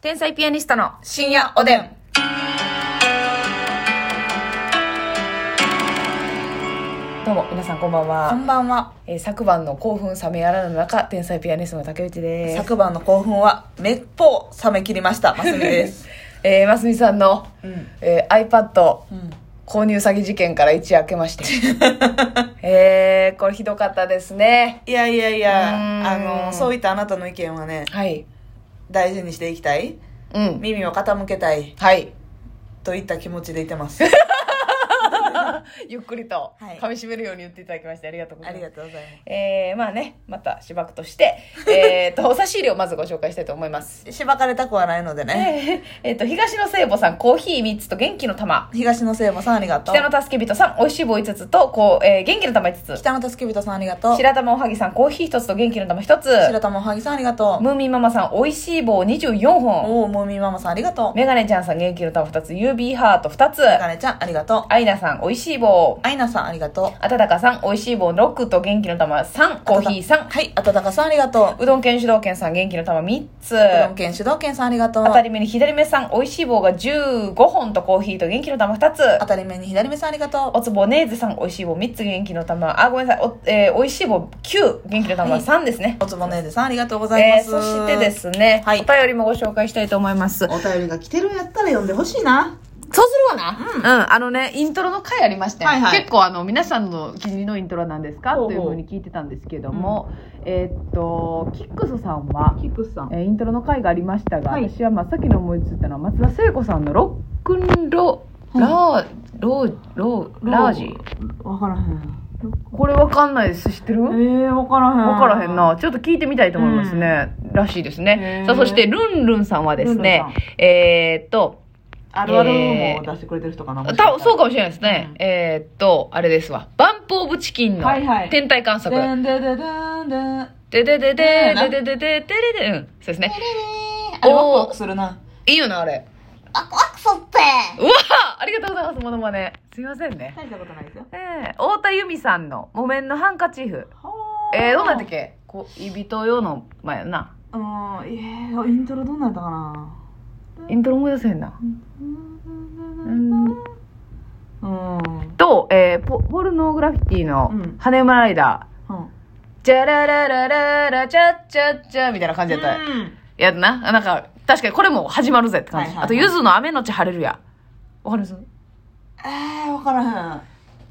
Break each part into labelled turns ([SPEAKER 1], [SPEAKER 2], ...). [SPEAKER 1] 天才ピアニストの
[SPEAKER 2] 深夜おでん。
[SPEAKER 1] どうも皆さんこんばん
[SPEAKER 2] こ
[SPEAKER 1] は、
[SPEAKER 2] んばんは。
[SPEAKER 1] えー昨晩の興奮冷めやらぬ中天才ピアニストの竹内です、
[SPEAKER 2] 昨晩の興奮は、めっぽう冷め切りました。ますみです。
[SPEAKER 1] えー、ますみさんの、
[SPEAKER 2] うん
[SPEAKER 1] えー iPad
[SPEAKER 2] うん。
[SPEAKER 1] 購入詐欺事件から一夜明けま してえー、これひどかったですね
[SPEAKER 2] いやいやいう
[SPEAKER 1] ーん
[SPEAKER 2] や、あの、そういったあなたの意見はね、
[SPEAKER 1] はい
[SPEAKER 2] 大事にしていきたい。
[SPEAKER 1] うん
[SPEAKER 2] 耳を傾けたい。
[SPEAKER 1] はい
[SPEAKER 2] といった気持ちでいてます。
[SPEAKER 1] ゆっくりと
[SPEAKER 2] はい
[SPEAKER 1] 噛み締めるように言っていただきましてありがとうござ
[SPEAKER 2] あ
[SPEAKER 1] いま
[SPEAKER 2] り
[SPEAKER 1] す
[SPEAKER 2] がとうござい
[SPEAKER 1] えー、まあねまたしばくとして、 えー、と差し入れをまずご紹介したいと思います
[SPEAKER 2] ます。しばかれたくはないのでね。
[SPEAKER 1] えーえーと東野聖母さんコーヒー3つと元気の玉
[SPEAKER 2] 東野聖母さんありがとう。
[SPEAKER 1] 北の助け人さん美味しい棒5つとこう、えー元気の玉5つ
[SPEAKER 2] 北野助人さんありがとう。
[SPEAKER 1] 白玉おはぎさんコーヒー1つと元気の玉1つ
[SPEAKER 2] 白玉おはぎさんありがとう。
[SPEAKER 1] ムーミンママさん美味しい棒24本
[SPEAKER 2] おー、もみママさんありがとう。
[SPEAKER 1] メガネちゃんさん元気の玉2つ UB ハート2つ
[SPEAKER 2] あかねちゃんありがとう。
[SPEAKER 1] アイナさん美味しい棒
[SPEAKER 2] あいなさんありがとう。
[SPEAKER 1] あたたかさん美味しい棒6と元気の玉3コーヒー3
[SPEAKER 2] はい、あたたかさんありがとう。
[SPEAKER 1] うどん県主導権さん元気の玉3つ
[SPEAKER 2] うどん県主導権さんありがとう。
[SPEAKER 1] 当たり目に左目さん美味しい棒が15本とコーヒーと元気の玉2つ
[SPEAKER 2] 当たり目に左目さんありがと
[SPEAKER 1] おつぼねーずさん美味しい棒3つ元気の玉あごめんなさいお、えー美味しい棒9元気の玉3ですね、
[SPEAKER 2] う。おつぼねーずさんありがとうございます。
[SPEAKER 1] えーそしてで。すね、
[SPEAKER 2] はい
[SPEAKER 1] お便りもご紹介したいと思います。そう
[SPEAKER 2] お便りが来てるんやったら読んでほしいな。
[SPEAKER 1] するわな、うん、あのね、イントロの回ありましたよ、
[SPEAKER 2] はいはい
[SPEAKER 1] 結構あの、皆さんの気に入りのイントロなんですか
[SPEAKER 2] ほうほう
[SPEAKER 1] というふうに聞いてたんですけども、えーっと、キックスさんは、
[SPEAKER 2] キックスさん。
[SPEAKER 1] えーイントロの回がありましたが、
[SPEAKER 2] はい
[SPEAKER 1] 私は真っ先に思いついたのは松田聖子さんのロックンロ、ラー、ロー、ロー、ラージ。
[SPEAKER 2] わからへん。
[SPEAKER 1] これわかんないです。知ってる
[SPEAKER 2] えー、わからへん。
[SPEAKER 1] わからへん。な。ちょっと聞いてみたいと思いますね。らしいですね
[SPEAKER 2] へ。ー
[SPEAKER 1] さあ、そして、ルンルンさんはですね
[SPEAKER 2] ルンルン、
[SPEAKER 1] えーっと、
[SPEAKER 2] あるあるも出してくれてる人かな。
[SPEAKER 1] たそうか
[SPEAKER 2] も
[SPEAKER 1] もしれないですね。
[SPEAKER 2] うん
[SPEAKER 1] えーっと、あれですわ。バンプオブチキンの
[SPEAKER 2] はいはい
[SPEAKER 1] 天体観
[SPEAKER 2] し
[SPEAKER 1] 測。
[SPEAKER 2] れない。でんで
[SPEAKER 1] ででで
[SPEAKER 2] ででんでん。だ
[SPEAKER 1] で
[SPEAKER 2] よな
[SPEAKER 1] でででででででうん。そうですね。
[SPEAKER 2] あれワクワクするな。
[SPEAKER 1] いいよな、あれ。
[SPEAKER 2] ワクワクすって
[SPEAKER 1] うわあありがとうございます、モノマネ。すいませんね。
[SPEAKER 2] 大したことないですよ。
[SPEAKER 1] えー、太田由美さんの木綿のハンカチーフ。えー、どうなったっけ恋人用の前やな。
[SPEAKER 2] うん、えー、イントロどうなったかな。
[SPEAKER 1] イントロ思い出せへんな。うん
[SPEAKER 2] うん。うん。
[SPEAKER 1] と、えー、ポポルノグラフィティの
[SPEAKER 2] うん
[SPEAKER 1] 羽馬ライダー、チャラララララチャッチャッチャみたいな感じやった、
[SPEAKER 2] うん
[SPEAKER 1] やんな。なんか、確かにこれも始まるぜって感じ。
[SPEAKER 2] はいはいはい
[SPEAKER 1] あと、ゆずの雨のち晴れるや。わかります
[SPEAKER 2] えー、分からへん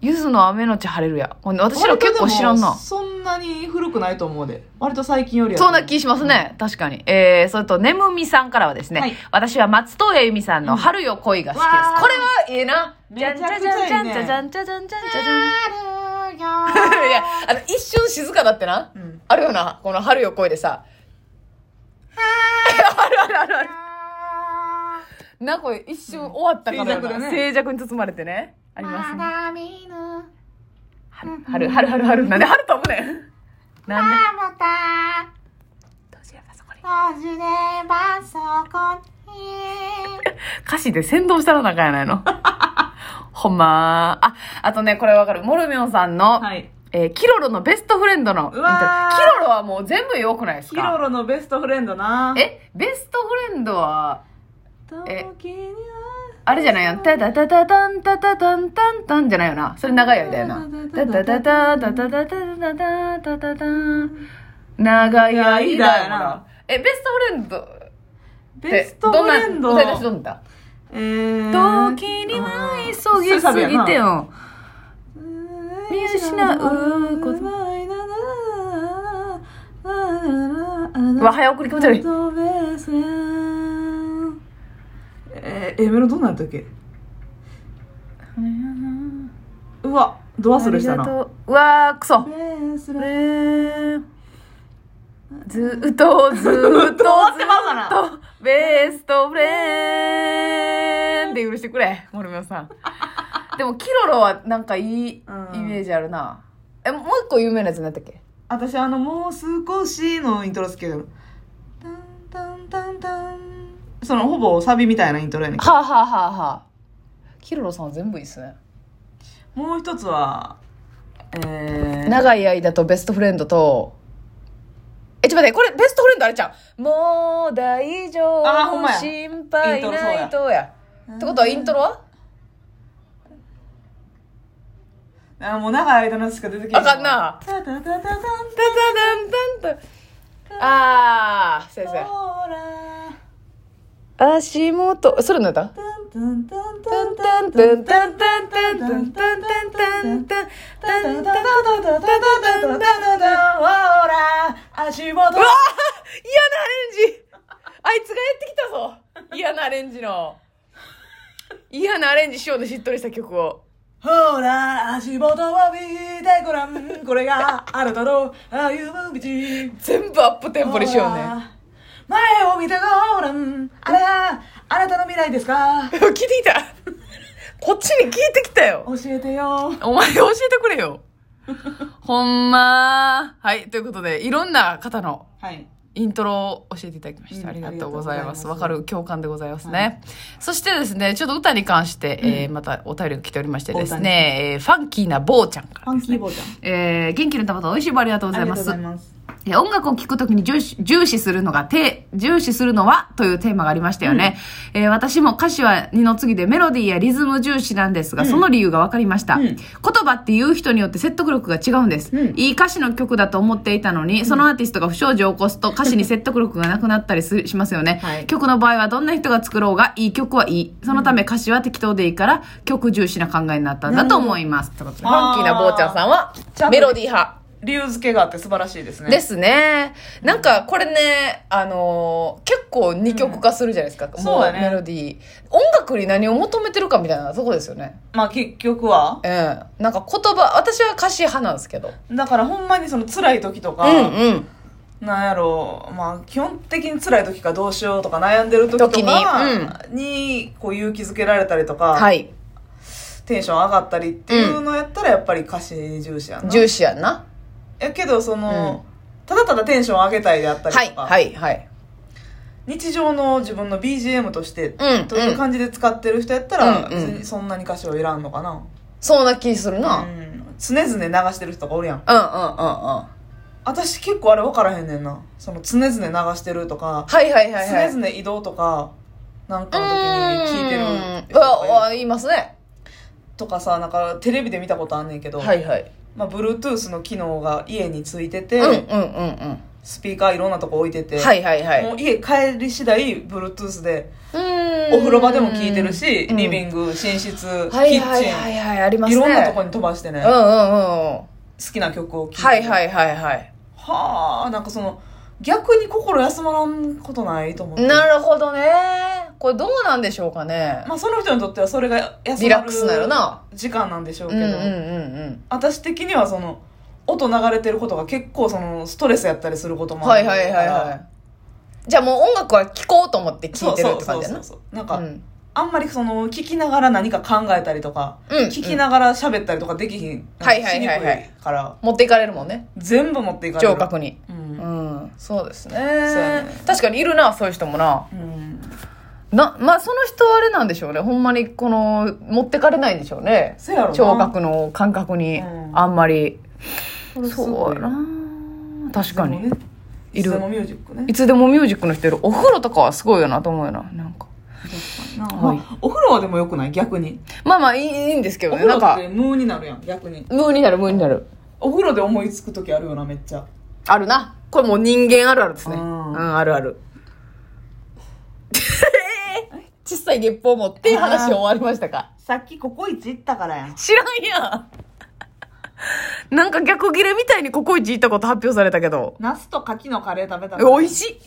[SPEAKER 1] ゆずの雨のち晴れるや。ほんで私ら結構知らん
[SPEAKER 2] 割とでも
[SPEAKER 1] な。
[SPEAKER 2] そんなに古くないと思うで割と最近よりやと
[SPEAKER 1] そん
[SPEAKER 2] 思う
[SPEAKER 1] な気しますね。確かに。えー、それと、ねむみさんからはですね、
[SPEAKER 2] はい
[SPEAKER 1] 私は松任谷由実さんの春よ恋が好きです。
[SPEAKER 2] うんわー
[SPEAKER 1] これは、ええな。
[SPEAKER 2] めちゃくちゃいいね
[SPEAKER 1] じゃんじゃんじゃんじゃんじゃんじゃんじゃんじゃんじゃん。 いや、あの、一瞬静かだってな。
[SPEAKER 2] うん
[SPEAKER 1] あるよな、この春よ声でさ。 あるあるあるある。な、これ一瞬終わったかのような
[SPEAKER 2] 静寂だね
[SPEAKER 1] 静寂に包まれてね。ありますね。春、春、春、春、なんで春飛ぶねん。なんでどちらかそこに歌詞で先導したらなあかんやないの。ほんまあ、あとね、これわかる。モルミョンさんの、
[SPEAKER 2] はい
[SPEAKER 1] えーキロロのベストフレンドのイントロ、
[SPEAKER 2] うわー
[SPEAKER 1] キロロはもう全部良くないです
[SPEAKER 2] キロ
[SPEAKER 1] か
[SPEAKER 2] ロのベストフレンドな
[SPEAKER 1] え、ベストフレンドは、え
[SPEAKER 2] 時に
[SPEAKER 1] あれじゃないよ。タタタタタンタタタンタンタンじゃないよな。それ長い間やな。タタタタタタタタタタタタタン。長い間やな。え、ベストフレンドって
[SPEAKER 2] ベストフレンド
[SPEAKER 1] どんな歌い出しどんだ
[SPEAKER 2] えー
[SPEAKER 1] 時には急ぎすぎてよ。見失うことうわ、早送り気持ち悪い。
[SPEAKER 2] えー、エメロどうなんやったっけうわドアスレした
[SPEAKER 1] あり
[SPEAKER 2] な
[SPEAKER 1] がとううわー、くそ。
[SPEAKER 2] ず
[SPEAKER 1] えーずっとずっとずっと
[SPEAKER 2] 合ってますかな
[SPEAKER 1] ベストフレンで許してくれ、モルミョン さん。でも、キロロはなんかいいイ
[SPEAKER 2] うん
[SPEAKER 1] メージあるな。え、もう一個有名なやつなんだっけ
[SPEAKER 2] 私あのもう少しのイントロ好きやけどタンタンタンタンそのほぼサビみたいなイントロやねんけど
[SPEAKER 1] はあ、はあはあはあ、キロロさんは全部いいっすね。
[SPEAKER 2] もう一つはえー、
[SPEAKER 1] 長い間とベストフレンドと、え、ちょっと待って、これベストフレンドあれちゃうもう大丈夫。
[SPEAKER 2] あほんまや
[SPEAKER 1] 心配ないとや。
[SPEAKER 2] そうや
[SPEAKER 1] ってことはイントロは
[SPEAKER 2] あーもう長い間のしか出てき
[SPEAKER 1] あかんな
[SPEAKER 2] タタタタタン
[SPEAKER 1] ダダダンダンと。あー、先
[SPEAKER 2] タ
[SPEAKER 1] 生。
[SPEAKER 2] ほら
[SPEAKER 1] 足元、それの歌
[SPEAKER 2] タンタンタン
[SPEAKER 1] タ
[SPEAKER 2] タ
[SPEAKER 1] ンタ
[SPEAKER 2] ン
[SPEAKER 1] ン
[SPEAKER 2] タン
[SPEAKER 1] タ
[SPEAKER 2] タ
[SPEAKER 1] ン
[SPEAKER 2] ン
[SPEAKER 1] タンタン
[SPEAKER 2] タン
[SPEAKER 1] タンタンタンタンタンタンタンタンタン
[SPEAKER 2] タタタタタタほら足元
[SPEAKER 1] うわ嫌なアレンジあいつがやってきたぞ嫌なアレンジの嫌なアレンジしようでしっとりした曲を
[SPEAKER 2] ほら足元を見てごらんこれがあなたの歩む道
[SPEAKER 1] 全部アップテンポにしようね
[SPEAKER 2] 前を見てごらんあれがあなたの未来ですか
[SPEAKER 1] 聞いてきたこっちに聞いてきたよ
[SPEAKER 2] 教えてよ
[SPEAKER 1] お前教えてくれよほんまはいということでいろんな方の
[SPEAKER 2] はい
[SPEAKER 1] イントロを教えていただきまして、
[SPEAKER 2] うん
[SPEAKER 1] ありがとうございます。
[SPEAKER 2] あ
[SPEAKER 1] わ
[SPEAKER 2] りがとうございます
[SPEAKER 1] かる共感でございますね、
[SPEAKER 2] はい
[SPEAKER 1] そしてですね、ちょっと歌に関して、えーまたお便りが来ておりましてですね、えーファンキーな坊ちゃんから、
[SPEAKER 2] ファンキーボーちゃん
[SPEAKER 1] えー元気の玉と美味しい棒ありがとうございます。
[SPEAKER 2] ます
[SPEAKER 1] えー音楽を聴くときに重視重視するのが、て、重視するのはというテーマがありましたよね。えー私も歌詞は二の次でメロディーやリズム重視なんですが、その理由が分かりました、
[SPEAKER 2] う
[SPEAKER 1] 言
[SPEAKER 2] ん
[SPEAKER 1] 葉って言う人によって説得力が違うんです、
[SPEAKER 2] うん
[SPEAKER 1] いい歌詞の曲だと思っていたのに、そのアーティストが不祥事を起こすと歌詞に説得力がなくなったりすしますよね、
[SPEAKER 2] はい
[SPEAKER 1] 曲の場合はどんな人が作ろうが、いい曲はいい。そのため歌詞は適当でいいから、曲重視な考えになったんだと思います。ってことでファンキーな坊ちゃんさんは
[SPEAKER 2] ちゃん、と
[SPEAKER 1] メロディー派。
[SPEAKER 2] 理由付けがあって素晴らしいですね
[SPEAKER 1] ですね。なんかこれね、あのー結構二極化するじゃないですか。
[SPEAKER 2] ん
[SPEAKER 1] も
[SPEAKER 2] そうだね
[SPEAKER 1] メロディー。音楽に何を求めてるかみたいなとこですよね。
[SPEAKER 2] まあ結局は
[SPEAKER 1] ええなんか言葉、私は歌詞派なんですけど。
[SPEAKER 2] だからほんまにその辛い時とか、
[SPEAKER 1] うん。
[SPEAKER 2] なんやろうまあ基本的に辛い時かどうしようとか悩んでる時とか
[SPEAKER 1] 時に
[SPEAKER 2] にこう勇気づけられたりとか、
[SPEAKER 1] はい。
[SPEAKER 2] テンション上がったりっていうのやったらやっぱり歌詞重視やな、
[SPEAKER 1] 重視やんな。
[SPEAKER 2] やけどその、ただただテンション上げたいであったり
[SPEAKER 1] は
[SPEAKER 2] と
[SPEAKER 1] い、
[SPEAKER 2] か、
[SPEAKER 1] はい、はい。
[SPEAKER 2] 日常の自分の BGM として、
[SPEAKER 1] うん
[SPEAKER 2] という感じで使ってる人やったら、
[SPEAKER 1] うんうん
[SPEAKER 2] 別にそんなに歌詞を選んのかな、
[SPEAKER 1] そうな気する
[SPEAKER 2] う
[SPEAKER 1] な。
[SPEAKER 2] ん、常々流してる人がおるやん
[SPEAKER 1] うん、うん、うん、うん。
[SPEAKER 2] 私結構あれ分からへんねんなその常々流してるとか、
[SPEAKER 1] はい、はい、はい、はい。
[SPEAKER 2] 常々移動とかなんかの時に聞いてる
[SPEAKER 1] うーん。うわ、わ言いますね。
[SPEAKER 2] とかさなんかテレビで見たことあんねんけど、
[SPEAKER 1] はい、はい。
[SPEAKER 2] まあ、Bluetooth の機能が家についてて、
[SPEAKER 1] うん、うん、うん、うん。
[SPEAKER 2] スピーカーいろんなとこ置いてて、
[SPEAKER 1] はい、はい、はい。
[SPEAKER 2] もう家帰り次第 Bluetooth で
[SPEAKER 1] お
[SPEAKER 2] お風呂場でも聞いてるし、
[SPEAKER 1] うん
[SPEAKER 2] リビング寝室、
[SPEAKER 1] はい
[SPEAKER 2] キッ
[SPEAKER 1] はい
[SPEAKER 2] チン、
[SPEAKER 1] はいいはい、ありますね。
[SPEAKER 2] ろんなとこに飛ばしてね、
[SPEAKER 1] うん
[SPEAKER 2] 好
[SPEAKER 1] うんうん。
[SPEAKER 2] きな曲を聴いて
[SPEAKER 1] はいはいはいはい。
[SPEAKER 2] はあなんかその逆に心休まらんことないと思って
[SPEAKER 1] なるほどね。これどうなんでしょうかね。
[SPEAKER 2] まあ、その人にとってはそれが休まる
[SPEAKER 1] リラックスなるな。
[SPEAKER 2] 時間なんでしょう
[SPEAKER 1] う
[SPEAKER 2] け
[SPEAKER 1] ん
[SPEAKER 2] ど、
[SPEAKER 1] うんうん
[SPEAKER 2] 私的にはその音流れてることが結構そのストレスやったりすること
[SPEAKER 1] うん。
[SPEAKER 2] も
[SPEAKER 1] は
[SPEAKER 2] あ
[SPEAKER 1] い
[SPEAKER 2] るか
[SPEAKER 1] は
[SPEAKER 2] ら
[SPEAKER 1] いはいはい。じゃあもう音楽は聴こうと思って聴いてるって感じだ
[SPEAKER 2] そうそうそう
[SPEAKER 1] な。
[SPEAKER 2] そうなんか、
[SPEAKER 1] うん
[SPEAKER 2] あんまりその聞きながら何か考えたりとか、
[SPEAKER 1] うん
[SPEAKER 2] 聞きながら喋ったりとかできひん、
[SPEAKER 1] はいはいはいはい
[SPEAKER 2] しにくいから
[SPEAKER 1] 持っていかれるもんね。
[SPEAKER 2] 全部持っていかれる
[SPEAKER 1] 聴覚に。
[SPEAKER 2] うん、
[SPEAKER 1] うん。そうですね
[SPEAKER 2] やね
[SPEAKER 1] 確かにいるな、そういう人もな。
[SPEAKER 2] うん、
[SPEAKER 1] な、まあその人はあれなんでしょうね。ほんまにこの、持ってかれないんでしょうね。
[SPEAKER 2] そうやろな
[SPEAKER 1] 聴覚の感覚に
[SPEAKER 2] う、ん
[SPEAKER 1] あんまり。
[SPEAKER 2] これす
[SPEAKER 1] そ
[SPEAKER 2] ご
[SPEAKER 1] う
[SPEAKER 2] い
[SPEAKER 1] やな。確かに。
[SPEAKER 2] いつでもね
[SPEAKER 1] い
[SPEAKER 2] い
[SPEAKER 1] る
[SPEAKER 2] つでもミュージックね
[SPEAKER 1] いつでもミュージックの人いる。お風呂とかはすごいよなと思うよな。なんか。
[SPEAKER 2] なんか
[SPEAKER 1] はい
[SPEAKER 2] まあお風呂はでもよくない逆に
[SPEAKER 1] まあまあいいいいんですけ
[SPEAKER 2] お
[SPEAKER 1] どね。
[SPEAKER 2] 風
[SPEAKER 1] な
[SPEAKER 2] 呂
[SPEAKER 1] ん
[SPEAKER 2] っ
[SPEAKER 1] か
[SPEAKER 2] て、ムーになるやん逆に
[SPEAKER 1] ムーになるムーになる。
[SPEAKER 2] お風呂で思いつく時あるよなめっちゃ
[SPEAKER 1] あるな。これもう人間あるあるですね。う
[SPEAKER 2] うん
[SPEAKER 1] ん、あるある。 小さい月報持って話終わりましたか。
[SPEAKER 2] さっきココイチ行ったからやん
[SPEAKER 1] 知らんやん。なんか逆切れみたいにココイチ行ったこと発表されたけど。
[SPEAKER 2] ナスと柿のカレー食べた
[SPEAKER 1] え美味しい。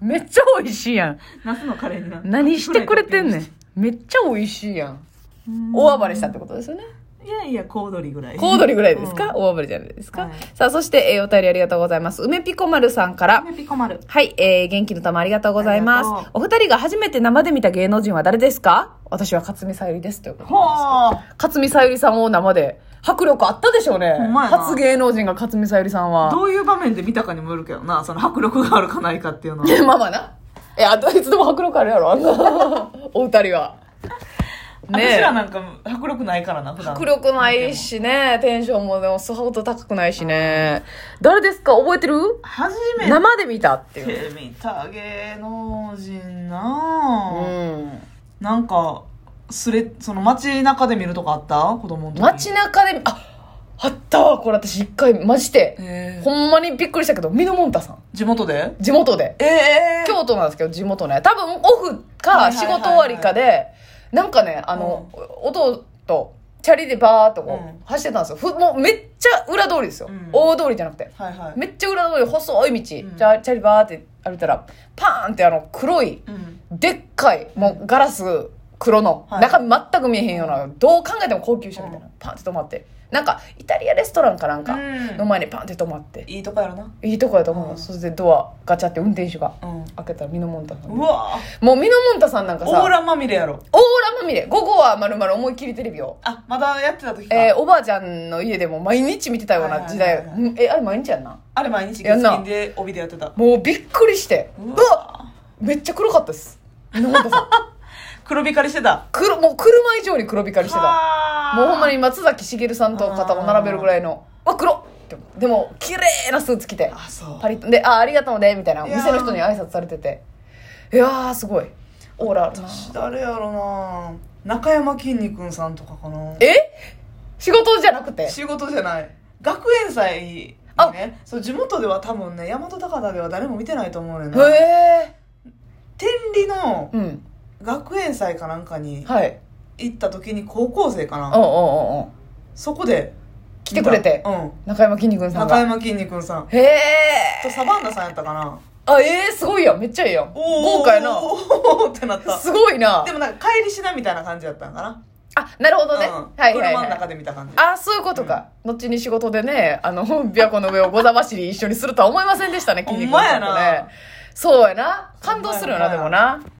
[SPEAKER 1] めっちゃ美味しいやん。
[SPEAKER 2] ナスのカレーになる
[SPEAKER 1] 何してくれてんねん。めっちゃ美味しいやん。
[SPEAKER 2] うん
[SPEAKER 1] 大暴れしたってことですよね。
[SPEAKER 2] いやいや小踊りぐらい
[SPEAKER 1] 小踊りぐらいですか、大暴れじゃないですか、
[SPEAKER 2] はい
[SPEAKER 1] さあ、そして、えーお便りありがとうございます。梅ピコ丸さんから。
[SPEAKER 2] めピコ丸
[SPEAKER 1] はい、えー、元気の玉ありがとうございま
[SPEAKER 2] あり
[SPEAKER 1] す
[SPEAKER 2] が。
[SPEAKER 1] お二人が初めて生で見た芸能人は誰ですか私は勝見さゆりです。ということで
[SPEAKER 2] ほあ
[SPEAKER 1] 勝見さゆりさんを生で、迫力あったでしょうね
[SPEAKER 2] ほ。んまやな
[SPEAKER 1] 初芸能人が勝見さゆりさんは。
[SPEAKER 2] どういう場面で見たかにもよるけどなその迫力があるかないかっていうのは
[SPEAKER 1] まあまあな。え、あといつでも迫力あるやろ、あんなお二人は。ね
[SPEAKER 2] 私らなんか迫力ないからな、普段。
[SPEAKER 1] 迫力ないしね、テンションもでもさほど高くないしね。誰ですか覚えてる
[SPEAKER 2] 初め
[SPEAKER 1] 生で見たっていう。
[SPEAKER 2] て見た芸能人な
[SPEAKER 1] う
[SPEAKER 2] ぁ、
[SPEAKER 1] ん。
[SPEAKER 2] なんか、すれ、その街中で見るとかあった子供の時。
[SPEAKER 1] 街中で、あ、あったわ、これ私一回、マジで。
[SPEAKER 2] えー
[SPEAKER 1] ほんまにびっくりしたけど、ミノモンタさん。
[SPEAKER 2] 地元で
[SPEAKER 1] 地元で。
[SPEAKER 2] ええ
[SPEAKER 1] 京都なんですけど、地元ね。多分、オフか、
[SPEAKER 2] はいはいはいはい
[SPEAKER 1] 仕事終わりかで、なんかね、あの、弟と、チャリでバーっとこ
[SPEAKER 2] うん
[SPEAKER 1] う、走ってたんですよ。ふもうめっちゃ裏通りですよ。
[SPEAKER 2] うん
[SPEAKER 1] 大通りじゃなくて。
[SPEAKER 2] はいはい。
[SPEAKER 1] めっちゃ裏通り細い道、
[SPEAKER 2] うん
[SPEAKER 1] チャチャリバーって歩いたらパーンってあの黒い
[SPEAKER 2] うん。
[SPEAKER 1] でっかいもうガラス黒の、
[SPEAKER 2] はい
[SPEAKER 1] 中身全く見えへんようなどう考えても高級車みたいな、パーンって止まってなんかイタリアレストランかなんか
[SPEAKER 2] うん
[SPEAKER 1] の前にパーンって止まって、
[SPEAKER 2] いいとこやろな。
[SPEAKER 1] いいとこやと思う、
[SPEAKER 2] うん
[SPEAKER 1] それでドアガチャって運転手が
[SPEAKER 2] うん。
[SPEAKER 1] 開けたらミノモンタさん
[SPEAKER 2] うわぁ。
[SPEAKER 1] もうミノモンタさんなんかさ
[SPEAKER 2] オーラまみれやろ。
[SPEAKER 1] オーラまみれ午後はまるまる思いっきりテレビを
[SPEAKER 2] あ、まだやってた時か。
[SPEAKER 1] えーおばあちゃんの家でも毎日見てたよう
[SPEAKER 2] はいは
[SPEAKER 1] ない時代、
[SPEAKER 2] はいはい
[SPEAKER 1] うんえあれ毎日やんな
[SPEAKER 2] あれ毎日
[SPEAKER 1] や
[SPEAKER 2] 月
[SPEAKER 1] んな
[SPEAKER 2] 金で帯でやってた。
[SPEAKER 1] もうびっくりしてう
[SPEAKER 2] う
[SPEAKER 1] わ
[SPEAKER 2] わ
[SPEAKER 1] めっちゃ黒かったです野本 さん
[SPEAKER 2] 黒光りしてた。
[SPEAKER 1] 黒もう車以上に黒光りしてた
[SPEAKER 2] はぁ
[SPEAKER 1] もうほんまに松崎しげるさんと肩を並べるぐらいの「わ黒っ!」ってでも綺麗なスーツ着て
[SPEAKER 2] あ、そう。
[SPEAKER 1] パリッとで「あありがとうね」みたいない
[SPEAKER 2] やー
[SPEAKER 1] 店の人に挨拶されてていやーすごいオーラあるな
[SPEAKER 2] 私誰やろな中山きんに君さんとかかな
[SPEAKER 1] え仕事じゃなくて
[SPEAKER 2] 仕事じゃない学園祭
[SPEAKER 1] あ
[SPEAKER 2] でねそう地元では多分ね大和高田では誰も見てないと思うねん
[SPEAKER 1] へ
[SPEAKER 2] な
[SPEAKER 1] え
[SPEAKER 2] 天理の
[SPEAKER 1] うん
[SPEAKER 2] 学園祭かなんかに
[SPEAKER 1] はい
[SPEAKER 2] 行った時に高校生か
[SPEAKER 1] おう
[SPEAKER 2] な
[SPEAKER 1] おうおうおう
[SPEAKER 2] そこで
[SPEAKER 1] 来てくれて
[SPEAKER 2] 見たうん
[SPEAKER 1] 中山きんに君さん
[SPEAKER 2] 中
[SPEAKER 1] が
[SPEAKER 2] 山きんに君さん
[SPEAKER 1] へえ
[SPEAKER 2] とサバンナさんやったかな
[SPEAKER 1] あえー、すごいやんめっちゃええやん豪華やな
[SPEAKER 2] おーってなった
[SPEAKER 1] すごいな
[SPEAKER 2] でもなんか帰りしなみたいな感じやったんかな
[SPEAKER 1] あなるほどね、
[SPEAKER 2] うん
[SPEAKER 1] はいはい、
[SPEAKER 2] 車
[SPEAKER 1] は
[SPEAKER 2] の
[SPEAKER 1] い、
[SPEAKER 2] 中で見た感じ
[SPEAKER 1] あそういうことか、後に仕事でねあの琵琶湖の上をござ走り一緒にするとは思いませんでしたね筋肉
[SPEAKER 2] ほんまやな
[SPEAKER 1] そうやな感動するよな
[SPEAKER 2] ほん
[SPEAKER 1] で
[SPEAKER 2] ま
[SPEAKER 1] も
[SPEAKER 2] や
[SPEAKER 1] な